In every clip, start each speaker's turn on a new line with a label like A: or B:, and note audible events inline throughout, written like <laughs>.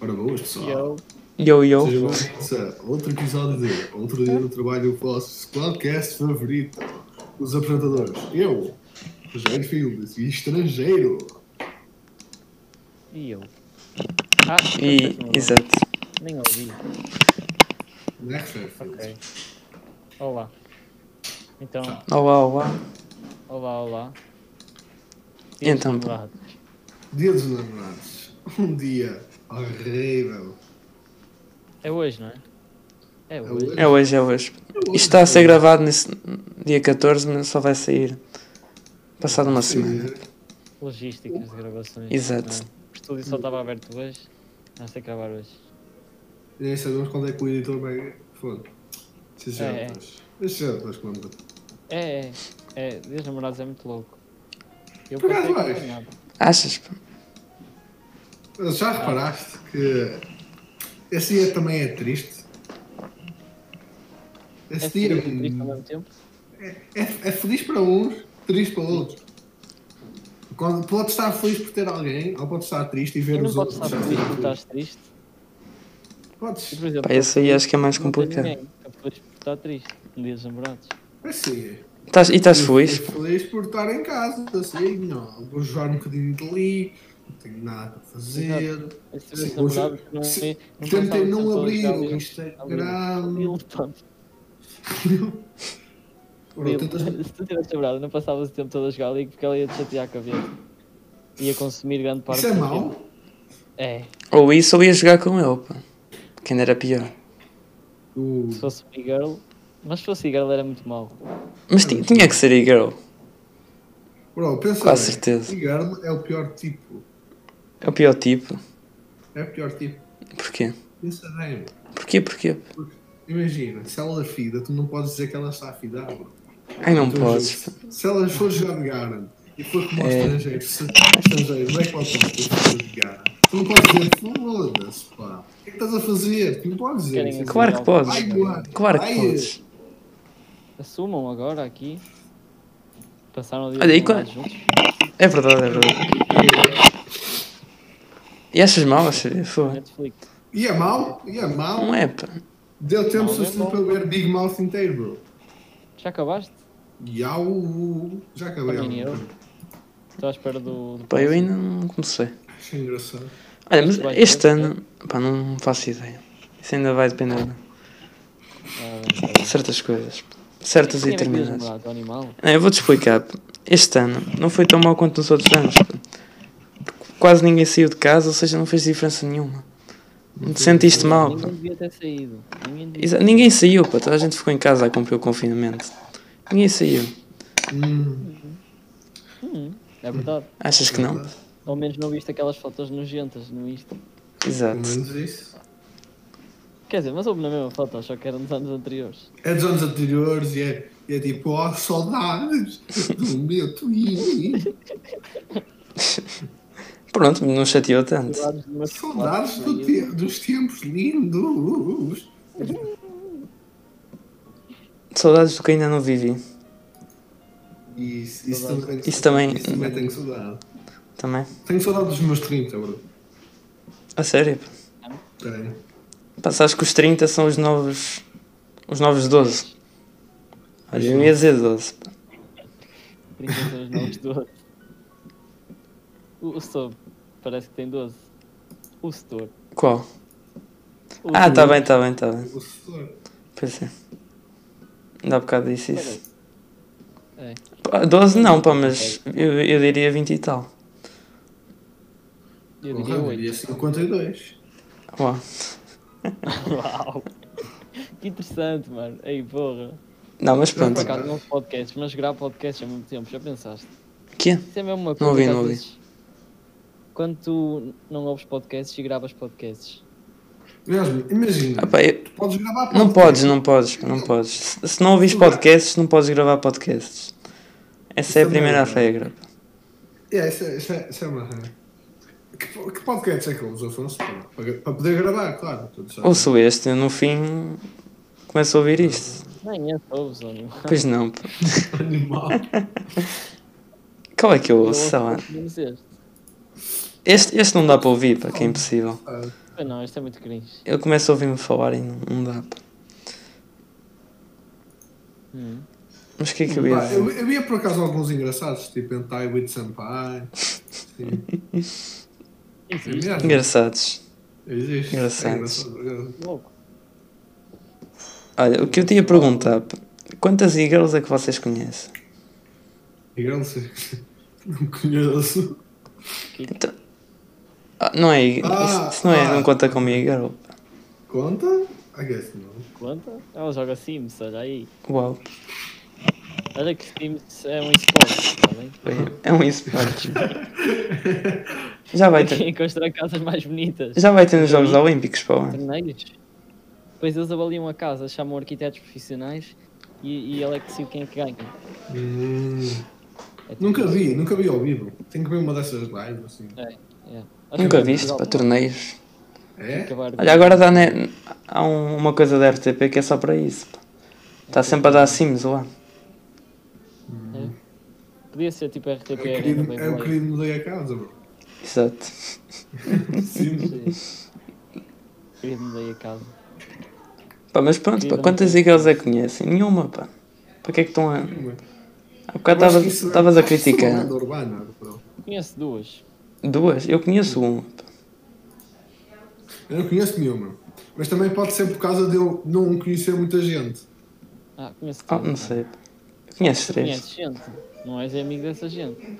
A: Ora boas, pessoal.
B: Eu,
C: Yo, yo.
A: Sejam bem-vindos a outro episódio de Outro Dia do Trabalho, o vosso podcast favorito. Os apresentadores. Eu, Rogério Filmes, e estrangeiro.
B: e eu. Ah,
C: E,
B: não,
C: exato.
B: nem ouvi.
A: Não é, Rogério Filmes?
B: Ok. Olá. Então,
C: Olá, olá.
B: olá, olá.
C: Então,
B: Este lado.
A: Dia dos namorados. Um dia horrível.
B: É hoje, não é? É hoje.
A: hoje.
C: É hoje, é hoje. Isto está a ser gravado nesse dia 14, mas só vai sair passado uma semana.
B: Logísticas de gravações.
C: Exato.
B: não é? O estúdio só estava aberto hoje. Nós temos que gravar hoje.
A: Nem sabemos quando é que o editor vai. Foda. Esses
B: É.
A: jantas. Esses jantas, como
B: É, é. É, Dia dos namorados é muito louco. Eu
A: Por acaso
B: pensei que não
A: vais?
B: era nada.
C: Achas? pá?
A: Mas Já reparaste que esse dia também é triste? Esse
B: É
A: dia
B: feliz e triste ao mesmo tempo.
A: é, é feliz para uns, triste para outros. Quando, pode estar feliz por ter alguém, ou pode estar triste e
B: E
A: ver
B: não
A: os
B: podes
A: outros.
B: estar
A: já
B: feliz porque
A: ter-
B: estás triste.
A: Podes.
B: Por exemplo,
C: Pá, esse aí acho que é mais
B: não tem
C: complicado.
B: ninguém que é feliz porque está triste. no Dia dos namorados.
A: Assim.
C: Estás- e estás
A: é
C: feliz?
A: Feliz por estar em casa, assim, não. Vou jogar um bocadinho de li, não tenho nada para fazer.
B: Esse
A: Sim,
B: Dia dos namorados não
A: se-
B: é- não
A: Tentei
B: pensava que
A: não
B: são
A: abrir
B: todos
A: o
B: ali.
A: Instagram.
B: Ele, pá,
A: Ora, tentas-
B: ele- Se tu tivesse quebrado, não passavas o tempo todo a jogar League porque ela ia te chatear a cabeça. Ia consumir grande parte
A: Isso é
B: do
A: mau?
B: tempo. É,
C: Ou isso ou ia jogar com ele, pá. Que ainda era pior.
A: O-
B: se fosse Big Girl. Mas se fosse Girl era muito mau.
C: Mas ti- tinha que ser e-girl.
A: Bro, pensa
C: Com
A: bem.
C: certeza.
A: Guilherme é o pior tipo.
C: É o pior tipo.
A: É o pior tipo.
C: Porquê?
A: Pensa bem.
C: Porquê, porquê?
A: Imagina, se ela é fida, tu não podes dizer que ela está a fidar. bro.
C: Ai, não
A: Tu-
C: podes. pá.
A: Se ela for jogar de Garen e for como
C: É.
A: estrangeiro, se estrangeiro, vai para o ponto e for de Garen, tu não podes dizer, foda-se, pá. O que é que estás a fazer? Tu não podes dizer
B: Querem-
A: isso.
C: Claro que podes.
A: Ai, Duarte,
C: Claro que
A: ai,
C: podes.
B: Assumam agora aqui. Passaram o dia um
C: Olha, e
B: dos namorados juntos.
C: É verdade, é verdade. E achas mal, achas? Foi.
B: é Netflix.
A: E é mau? E é mau?
C: Não é, pá.
A: Deu tempo
B: Não,
A: suficiente
B: é
A: para eu ver Big Mouth inteiro, bro.
B: Já acabaste?
A: Yau! Já acabei.
B: Também eu.
A: ó.
B: Estou à espera do. do
C: Pá, eu
B: próximo.
C: ainda não comecei.
A: Achei engraçado.
C: Olha, mas
B: Vai
C: este
B: ter,
C: ano, pá, não faço ideia. Isso ainda vai depender de
B: Ah, bem, tá bem.
C: certas coisas, certas e
B: Quem é que diz
C: determinadas.
B: namorado, animal?
C: Não, eu vou-te explicar. pá. Este ano não foi tão mau quanto nos outros anos. pá. Porque Quase ninguém saiu de casa, ou seja, não fez diferença nenhuma. Não te sentiste mal, pá.
B: Ninguém devia ter saído. Ninguém devia
C: Exa- Ninguém saiu, pá. Toda a gente ficou em casa a cumprir o confinamento. Ninguém saiu.
A: Hum,
B: Hum, é verdade.
C: Achas que não?
B: Ao menos não viste aquelas fotos nojentas no Insta.
A: pelo
C: Exato.
A: menos isso.
B: Quer dizer, mas houve na mesma foto, só que era nos anos anteriores.
A: É dos anos anteriores e é, e é tipo, oh, saudades do meu Twin.
C: Pronto, não chateou tanto.
B: Saudades do meu
A: Saudades
B: telefone,
A: do
B: aí
A: te- dos tempos lindos.
C: Saudades do que ainda não vivi.
A: Isso, isso
B: Saudades.
A: também, tenho saudade.
C: Isso também-
A: isso também tenho saudade.
C: Também.
A: Tenho saudade dos meus 30, bro.
C: A sério, pá.
A: Tenho.
C: Pá, sabes que os 30 são os novos. Os novos 12. Olha, eu ia dizer 12. pá.
B: eu- 30 são os <laughs> novos 12. O, o Sob, parece que tem 12. O Setor.
C: Qual?
B: O
C: Ah,
B: Setor.
C: tá bem, tá bem, tá bem.
A: O senhor.
C: Pois é. Dá um bocado disso isso.
B: É.
C: Pá, 12 não, pá, mas eu, eu diria 20 e tal.
B: Eu
A: Porra,
B: diria
A: eu
B: 8.
A: diria 52.
C: Uau.
B: Uau! Que interessante, mano. Ei, porra.
C: Não, mas
B: Por
C: pronto.
B: acaso, não podcasts, mas gravar podcasts ao mesmo tempo, já pensaste?
C: Quê?
B: Isso é mesmo uma coisa
C: Não ouvi,
B: que às
C: não ouvi.
B: vezes- Quando tu não ouves podcasts e gravas podcasts.
A: Mesmo, imagina,
C: Ah, pá, eu-
A: podes gravar podcast.
C: Não podes, não podes, pá, não podes. Se se não ouvis podcasts, não podes gravar podcasts. Essa é a
A: Isso também é
C: primeira
A: verdade.
C: regra. pá.
A: É, isso é, isso é, isso é uma regra. Que, po- que podcast é que ouves, Afonso? Para, para- para poder gravar, claro. tu sabes.
C: Ouço este, eu no fim começo a ouvir isto.
B: Nem é ouves, animal.
C: Pois não, pá.
A: <laughs> Animal.
C: Qual é que eu
B: Eu
C: ouço? Sei lá.
B: ouço pelo menos este.
A: Oh.
C: Este, este não dá para ouvir, pá, que é impossível.
A: Ah,
B: Ah, não, isto é muito cringe.
C: Eu começo a ouvir-me falar e não, não dá. pá.
B: Hum.
C: Mas o que é que eu ia
A: Pá, eu,
C: dizer?
A: eu via por acaso alguns engraçados, tipo Entai with Senpai. Sim, é
B: Existe,
A: mesmo.
C: Engraçados.
A: Existe.
C: Engraçados.
A: É engraçado, por acaso.
B: louco.
C: Olha, o que eu tinha a perguntar, pá, quantas e-girls é que vocês conhecem?
A: Engraçado. É <laughs> Não conheço.
C: Então, ah, não é, e-
A: Ah,
C: isso, isso não é,
A: ah.
C: não conta como e-girl. pá.
A: Conta? I guess não.
B: Conta? Ela joga Sims, olha aí.
C: Uau,
B: Olha que Sims é um esporte, tá bem?
C: é- é um
B: <laughs>
C: esporte. Já vai ter,
B: Quem constrói casas mais bonitas?
C: já vai ter nos Jogos Olímpicos, pá. ué.
B: Torneios? Pois eles avaliam a casa, chamam arquitetos profissionais e, e ele é que decide quem é que ganha.
A: <laughs> Hum,
B: É tipo-
A: nunca vi, nunca vi ao vivo. Tenho que ver uma dessas lives assim.
B: Acho
C: Nunca
B: que é
C: viste,
B: Portugal
C: pá, torneios.
A: É?
B: acabar-
C: Olha, agora dá ne- há um- uma coisa da RTP que é só para isso. Está sempre a dar Sims lá.
B: Podia ser tipo
A: É o
B: RTP Arena,
A: querido,
B: bem
A: é o
B: bem.
A: querido mudei a casa, bro.
C: Exato.
B: <laughs>
A: Sim.
B: Querido mudei a casa.
C: Pá, mas pronto, pá, quantas e-girls é que conhecem? Nenhuma, pá. Para que é que estão a. Há bocado
A: Eu acho
C: tava-
A: que isso é-
C: estavas a
A: acho que isso é uma
C: criticar.
A: lenda urbana, bro.
B: Conheço duas.
C: Duas? Eu conheço uma. pá.
A: Eu não conheço nenhuma. Mas também pode ser por causa de eu não conhecer muita gente.
B: Ah, conheço
C: Ah,
B: três.
C: não sei. pá. Conheces três?
B: Conheces gente. Não és amigo dessa gente.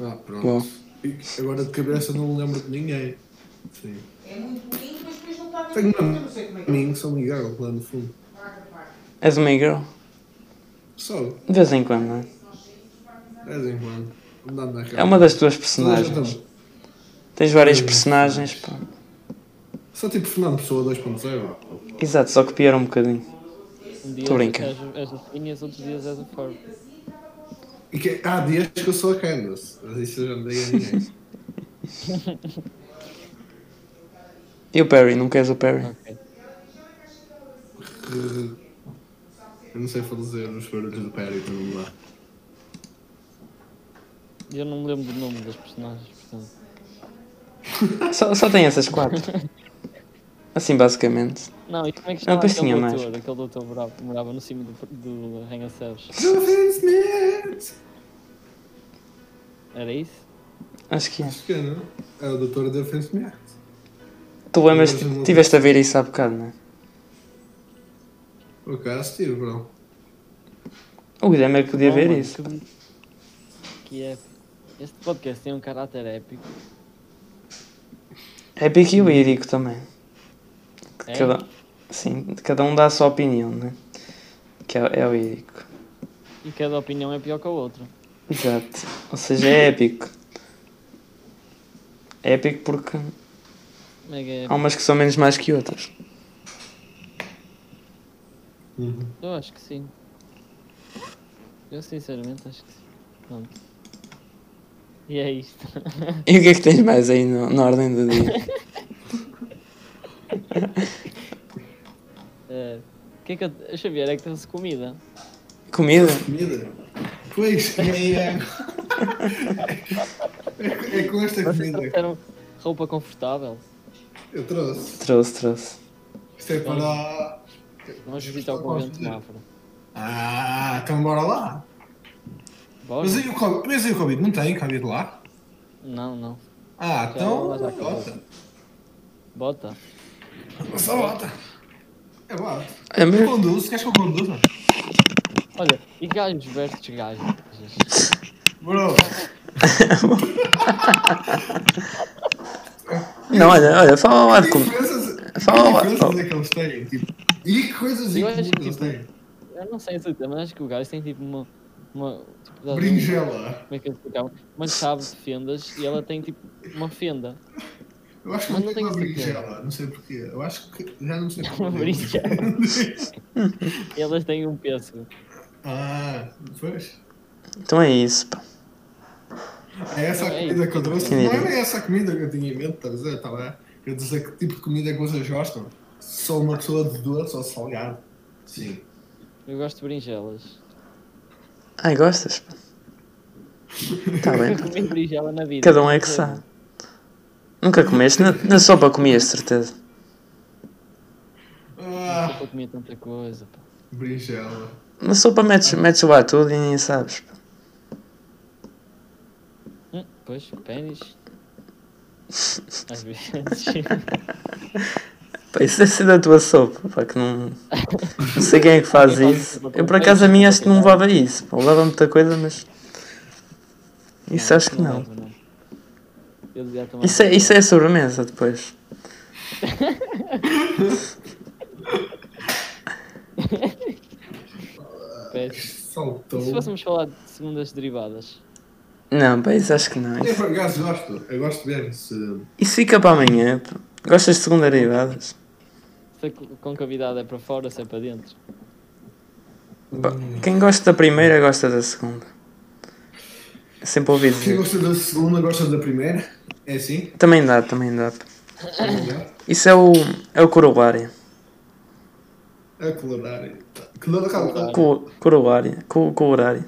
A: Ah, pronto.
C: Bom.
A: E Agora de cabeça não me lembro de ninguém. Sim.
D: É muito bonito, mas depois não está a ver.
A: Tenho
D: Eu não sei como é
A: um
D: que é.
A: amigo, São Miguel, lá no fundo.
C: És uma e-girl?
A: Só, de
C: De vez em quando, não é?
A: vez em quando. Andando na então, cara.
C: É uma das
A: Toda
C: tuas
A: a gente
C: personagens.
A: ama.
C: Tens várias personagens, pá.
A: Só tipo Fernando Pessoa 2.0.
C: Exato, só copiaram um bocadinho.
B: Um dia
C: Tô brincando.
B: és, és a Phineas, outros dias és a Ford.
A: E que, é, há dias que eu sou a Candace. Mas isso eu já não dei a ninguém. <laughs>
C: E o Perry? Não queres o Perry?
B: Ok.
A: eu não sei fazer os barulhos do Perry, então não dá.
B: Eu não me lembro do nome das personagens, portanto.
C: Só, só tem essas quatro. Assim, basicamente.
B: Não, e como é que
C: Não,
B: chama
C: depois
B: aquele
C: tinha
B: doutor?
C: mais.
B: Aquele doutor bravo que morava no cimo do, do arranha-céus.
A: Jovem Smith!
B: Era isso?
C: Acho que é.
A: Acho que é, não? É o doutor da Defense Smith.
C: Tu lembras, tiveste a ver isso há bocado, não é?
A: Por acaso tive, bro.
C: O Guilherme é que podia
B: Oh,
C: ver
B: mano,
C: isso. pá.
B: Que, que é. Este podcast tem um caráter épico.
C: É piquio e Irico também.
B: É?
C: Cada, sim, cada um dá a sua opinião, né? Que é, é o Irico.
B: E cada opinião é pior que a outra.
C: Exato. Ou seja, é épico. É épico porque
B: Mega épico.
C: há umas que são menos mais que outras.
A: Uhum.
B: Eu acho que sim. Eu sinceramente acho que sim. Pronto. E é isto. <laughs>
C: E o que é que tens mais aí no- na ordem do dia?
B: Eh, O que é que eu... Xavier, é que trouxe comida.
C: Comida?
A: Comida? Pois, é, é. é com esta
B: Vocês
A: comida que
B: trouxeram roupa confortável.
A: eu trouxe.
C: Trouxe, trouxe.
A: Isto é para.
B: Vamos visitar o convento Mafra.
A: Ah, então bora lá.
B: Bora?
A: Mas aí o Covid, mas aí o COVID não tem Covid lá?
B: Não, não.
A: Ah, então.
B: Já, já acabou.
A: Bota.
B: Bota.
A: Só bota. É bota.
C: Olha,
A: Eu
C: mas-
A: conduzo, queres que eu conduza?
B: Olha, e gajos versus gajos.
A: Bro,
C: Não, olha, olha, fala lá de
A: que
C: comida.
A: diferenças, que
C: Fala lá.
A: diferenças é que eles têm? Tipo, e que coisas e
B: Eu
A: que
B: acho que tipo,
A: eles têm?
B: Eu não sei se mas acho que o gajo tem tipo uma. uma tipo, dá-
A: Berinjela.
B: Como é que eu explicava? Uma chave de fendas e ela tem tipo uma fenda.
A: Eu acho que
B: Mas
A: não
B: não
A: tem uma
B: tem que ser
A: berinjela, não sei porquê. Eu acho que já não sei
B: <laughs> Uma
A: porquê. <laughs>
B: E elas têm um pêssego.
A: Ah, pois.
C: Então é isso, pá.
A: É essa a
B: Não, é
A: comida que eu trouxe.
C: Que
A: Não
C: ideia.
A: era essa a comida que eu tinha em mente, estás a dizer? Tá Estava a dizer que tipo de comida que vocês gostam. Sou uma pessoa de doce ou salgado. Sim.
B: Eu gosto de berinjelas.
C: Ai, gostas? Está bem.
B: Eu comi berinjela na vida.
C: Cada um é que
B: Não sei.
C: sabe. Nunca comeste? Na, na sopa comias, de certeza.
B: Ah.
A: Ah,
B: Eu comia tanta coisa, pá.
A: brinjela.
C: Na sopa metes, metes lá tudo e nem sabes. pá.
B: Hum, pois, pênis. Às vezes. <laughs>
C: Pá, isso deve ser da tua sopa, pá, que não. Não sei quem é que faz isso. Eu por acaso a mim acho que não levava isso. Pá, levava muita coisa, mas. Isso acho que não.
B: dava, Eles já tomavam-
C: Isso é, isso é sobremesa depois. é-
B: Parece-
A: Saltou.
B: E se fôssemos falar de segundas derivadas?
C: Não, pá, isso acho que não.
A: Eu
C: Isso,
A: por acaso gosto. Eu gosto bem se.
C: isso fica para amanhã. pá. Gostas de segunda derivadas?
B: Se a co- concavidade é para fora, se é para dentro.
C: Pá, Quem gosta da primeira gosta da segunda. Eu Sempre ouvi
A: Quem
C: dizer.
A: gosta da segunda gosta da primeira. É assim?
C: Também dá, também dá. pá.
A: Obrigado.
C: Isso é o, é o corolário.
A: É colorário. Colorário, calma.
C: Co- Corolário. Co- Colorário.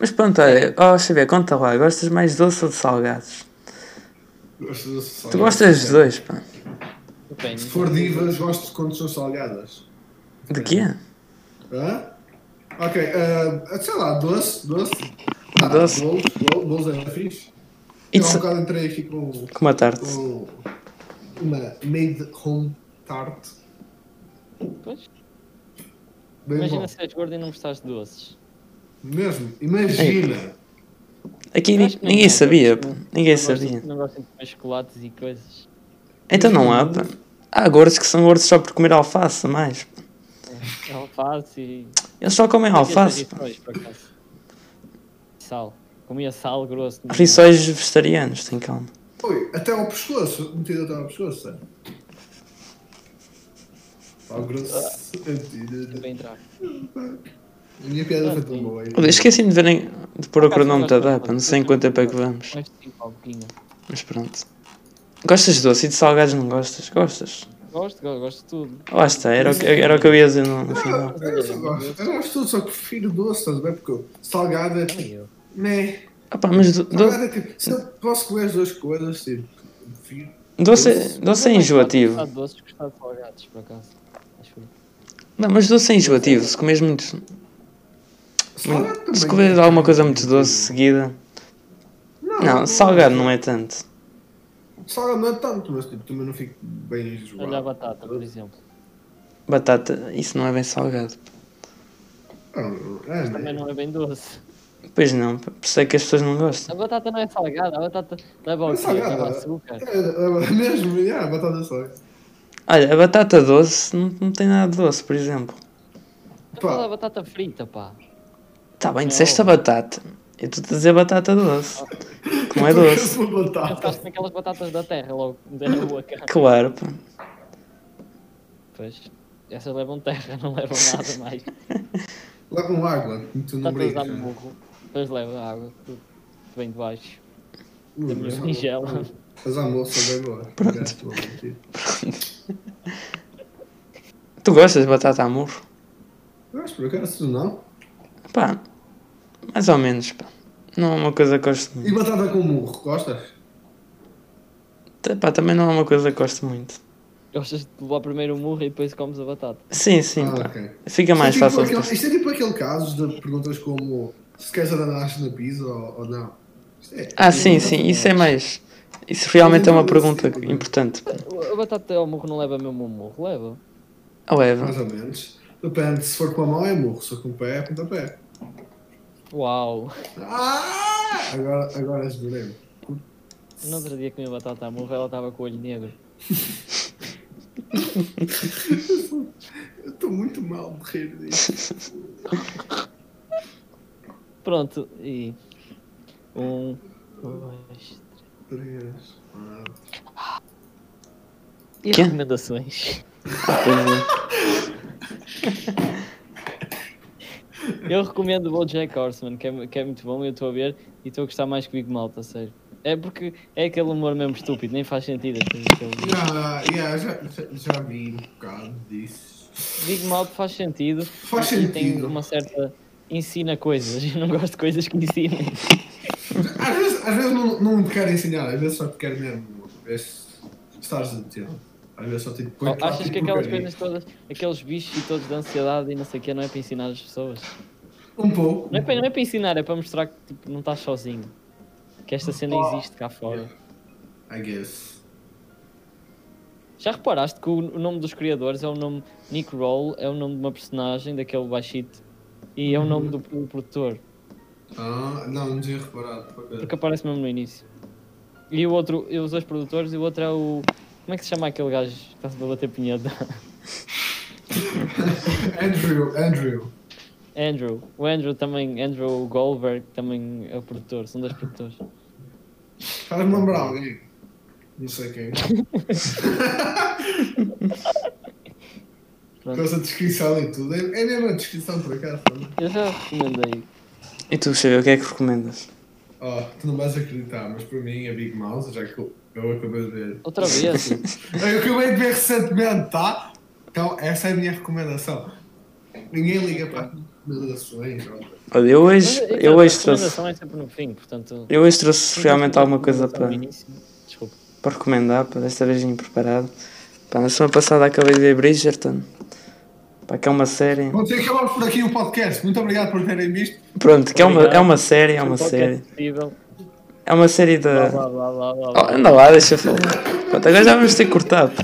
C: Mas pronto, olha, ó, deixa eu ver, conta lá. Gostas mais doce ou de salgados?
A: Gosto da salgada.
C: Tu gostas dos dois, pá.
B: O pênis.
A: Se for divas, gosto quando são salgadas.
C: De quê?
A: Hã? Ok, ah, sei lá, doce, doce. Ah,
C: Doce.
A: Bolos, bol- bolos é fixe.
C: E
A: Eu
C: de
A: há um
C: sa-
A: bocado entrei aqui com,
C: Como a tarte.
A: com uma made home tart.
B: Pois,
A: Bem
B: imagina
A: bom.
B: se és gordo e não gostaste de doces.
A: Mesmo, imagina.
C: Aqui
B: Eu acho que não
C: ninguém
B: há,
C: sabia, pá.
B: não-
C: Ninguém
B: não gostam-
C: sabia.
B: Não gostam de comer chocolates e coisas.
C: Então não há, pá. Há gordos que são gordos só por comer alface, a mais. pá.
B: É Alface e...
C: Eles só comem alface, pá.
B: Rissóis, por acaso. Sal. Comia sal grosso. não-
C: Rissóis vegetarianos, tem calma.
A: Oi, até ao pescoço, metido até ao pescoço, sabe? Ao grosso.
B: Para entrar.
A: A minha piada foi tão boa.
C: Olha, Esqueci-me de, verem- de pôr o
B: Por acaso,
C: cronómetro a
B: gosto
C: dar,
B: de-
C: pá. Não sei em quanto tempo é que vamos.
B: Mais de cinco, ao um bocadinho.
C: Mas pronto. Gostas de doce e de salgados não gostas? Gostas?
B: Gosto, go- gosto de tudo.
C: Lá está, era o que, era o que eu ia dizer no, no final.
A: Ah, Eu não gosto, eu não gosto de tudo, só que prefiro doce, estás a ver? Porque é eu- salgada,
B: Nem eu.
C: é
A: né?
C: Ah pá, mas do, do,
A: Salgada, que- tipo, se eu posso comer as duas coisas, tipo, prefiro.
C: doce, doce é enjoativo.
B: Gostar de doces, gostar de salgados, por acaso. Acho que
C: Não, mas doce é enjoativo. Se comes muito.
A: Salgado também. né?
C: Se comes Hum. alguma coisa muito doce seguida. Não, salgado não é tanto.
A: Salgado não é tanto, mas tipo, também não fico bem enjoado.
B: Olha a batata, por exemplo.
C: Batata, isso não é bem salgado.
A: Não, não, é, né?
B: Também não é bem doce.
C: Pois não, pá, por isso é que as pessoas não
B: A
C: gostam.
B: batata não é salgada, a batata leva o
A: É
B: quê?
A: salgada.
B: Leva açúcar.
A: É, é mesmo, é, a batata salgada.
C: Olha, a batata doce não, não tem nada de doce, por exemplo.
B: Eu falo da Então batata frita, pá.
C: Tá bem, disseste a batata. Eu estou a dizer batata doce. Que não é
A: <laughs>
C: doce.
A: Uma batata.
B: Pensaste naquelas Então batatas da terra logo, da boca.
C: Claro, pá.
B: Pois, essas levam terra, não levam
A: <laughs>
B: nada mais.
A: Lá com água, tu não
B: Batatas dá
A: brincas.
B: murro, depois leva água, tudo vem de baixo.
A: Ui, é
B: Da
A: mas
B: minha
A: há-
B: berinjela.
A: Mas a moça vai embora. Pronto.
C: Tu gostas de batata a murro?
A: Mas por acaso não.
C: Pá, mais ou menos, pá. Não é uma coisa que gosto
A: E
C: muito.
A: batata com murro, gostas?
C: Tá, Pá, também não é uma coisa que gosto muito.
B: Gostas de levar primeiro o murro e depois comes a batata.
C: Sim, sim,
A: Ah,
C: pá.
A: ok.
C: Fica mais
A: Isto é tipo
C: fácil.
A: aquele-
C: depois.
A: isto é tipo aquele caso de perguntas como se queres ananás na pizza ou, ou não. Isto é-
C: Ah, sim, sim, isso é mais. Isso realmente é uma pergunta importante. pá.
B: A batata ao murro não leva mesmo o murro, leva.
C: Ah, leva.
A: Mais ou menos. Depende, se for com a mão é murro, se for com o pé é pontapé.
B: Uau!
A: Ah! Agora, agora esmerei-me.
B: No outro dia comi batata à murro, ela estava com o olho negro.
A: Eu estou muito mal de rir disso.
B: <laughs> Pronto, e. Um, dois.
A: Três, quatro.
B: E
C: Quê?
B: recomendações? <laughs>
C: é.
B: eu recomendo o Bojack Horseman, que é, que é muito bom, eu estou a ver e estou a gostar mais que Big Malta, sério. É porque é aquele humor mesmo estúpido, nem faz sentido. as coisas que ele diz.
A: Já, já, já, já- já vi um bocado disso.
B: Big Malta faz sentido
A: Faz
B: e tem
A: sentido.
B: <laughs> uma certa... ensina coisas, eu não gosto de coisas que ensinam.
A: Às vezes, às às vezes não, não te quero ensinar, às vezes só te quero mesmo. ver se Estás a meter. Às vezes só tipo.
B: Oh, achas que aquelas coisas todas, aqueles bichos e todos de ansiedade e não sei o que, não é para ensinar as pessoas?
A: Um pouco.
B: Não é para, não é para ensinar, é para mostrar que tipo, não estás sozinho. Que esta cena existe cá fora. é
A: I guess.
B: Já reparaste que o o nome dos criadores é o nome Nick Roll, é o nome de uma personagem daquele baixito e
C: Uhum.
B: é o nome do, do produtor,
A: Ah, não, não tinha reparado. por acaso.
B: porque aparece mesmo no início. E o outro, e os dois produtores, e o outro é o. Como é que se chama aquele gajo que está sempre a bater punheta?
A: <laughs>
B: <laughs>
A: Andrew, Andrew.
B: Andrew. O Andrew também, Andrew Goldberg também é o produtor, são dois produtores.
A: Faz-me lembrar alguém. Não sei quem. Com
B: Pronto.
A: essa descrição e tudo. É, é mesmo a descrição por acaso é? também.
B: Eu já recomendei.
C: E tu, Xavier, o que é que recomendas?
A: Oh, tu não vais acreditar, mas para mim a Big Mouse, já que eu, eu acabei de ver.
B: Outra vez.
A: Eu acabei de ver recentemente, tá? Então essa é a minha recomendação. Ninguém liga para as recomendações. ó.
C: Olha, eu <laughs> hoje,
B: Mas, é
C: eu
B: a
C: hoje trouxe,
B: recomendação é sempre no fim, portanto.
C: eu hoje trouxe realmente alguma coisa para,
B: No início. Desculpa.
C: para recomendar, para desta vez vim preparado. Pá, na semana passada acabei de ver Bridgerton. Pá, que é uma série.
A: Vou ter que acabar por aqui o podcast. Muito obrigado por terem visto.
C: Pronto, que é uma,
B: Obrigado.
C: é uma série, é uma
B: Qualquer
C: série.
B: possível.
C: É uma série
B: Blá,
C: da.
B: blá, blá, blá, blá,
C: Oh,
B: blá.
C: anda lá, deixa eu falar. Pronto, agora já vamos ter que cortar. Pá.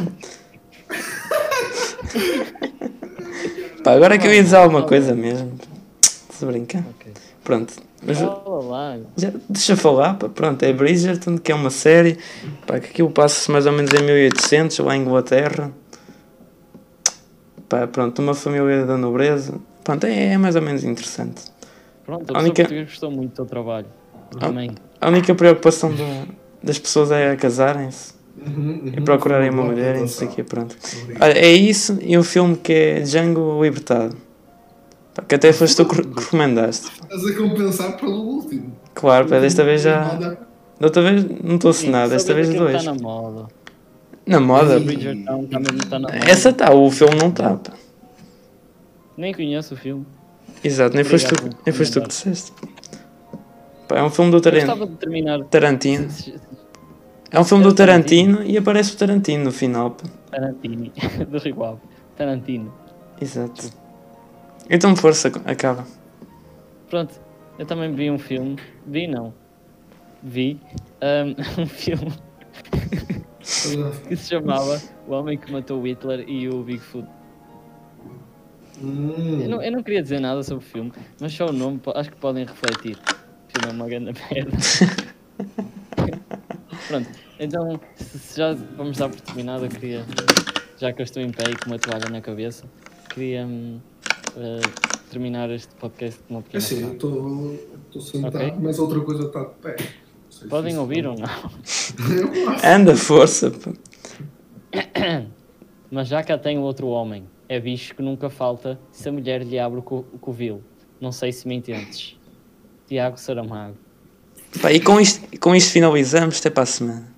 C: Pá, agora é que eu ia dizer alguma coisa mesmo. Se brincar.
B: Ok.
C: Pronto, mas
B: Fala lá.
C: já, deixa eu falar. Pá. Pronto, é Bridgerton, que é uma série. Pá, que aquilo passa-se mais ou menos em 1800, lá em Inglaterra. Pá, pronto, uma família da nobreza. Pronto, é, é mais ou menos interessante.
B: Pronto,
C: A
B: a
C: única- Ah,
B: única... português gostou muito do teu trabalho. Amém.
C: A única preocupação da- das pessoas é casarem-se
A: Uhum,
C: e procurarem uma mulher e não sei o quê, pronto.
A: Obrigado.
C: Olha, é isso e um filme que é Django Libertado. Pá, Que até foste tu que que recomendaste.
A: Estás a compensar pelo último.
C: Claro, pá, desta vez já.
A: Nada.
C: Da outra vez não estou a assinar,
B: Sim,
C: desta
B: sabes
C: vez
B: aquilo
C: dois.
B: Está na moda.
C: Na moda.
A: Sim.
B: Bridgerton também está na moda.
C: Essa está, o filme não está. pá.
B: Nem conheço o filme.
C: Exato, nem foste tu,
B: Obrigado por
C: nem foste tu que
B: recomendar.
C: disseste. Pá, é um filme do
B: Eu
C: Taran-
B: gostava de terminar.
C: Tarantino. É um filme do Tarantino e aparece o Tarantino no final. pá.
B: Tarantino. <laughs> Do Rigual. Tarantino.
C: Exato. Então força, acaba.
B: Pronto, eu também vi um filme. Vi, não. Vi um, <laughs> um filme que se chamava O Homem que Matou Hitler e o Bigfoot. Eu
A: Hum.
B: não, eu não queria dizer nada sobre o filme, mas só o nome po- acho que podem refletir. O filme é uma grande merda. Pronto, então se, se já vamos dar por terminado, eu queria, já que eu estou em pé e com uma toalha na cabeça, queria hum, eh, terminar este podcast com uma
A: É
B: pequena
A: assim, eu
B: frase.
A: estou sentado,
B: Ok.
A: mas outra coisa está de pé. Não sei se
B: Podem
A: isso- é
B: ouvir ou não?
A: Eu acho.
C: Anda, força. pá.
B: Mas já cá tem outro homem. É bicho que nunca falta se a mulher lhe abre o co- o covil. Não sei se me entendes. Tiago Saramago.
C: Pá, e com isto, com isto finalizamos. Até para a semana.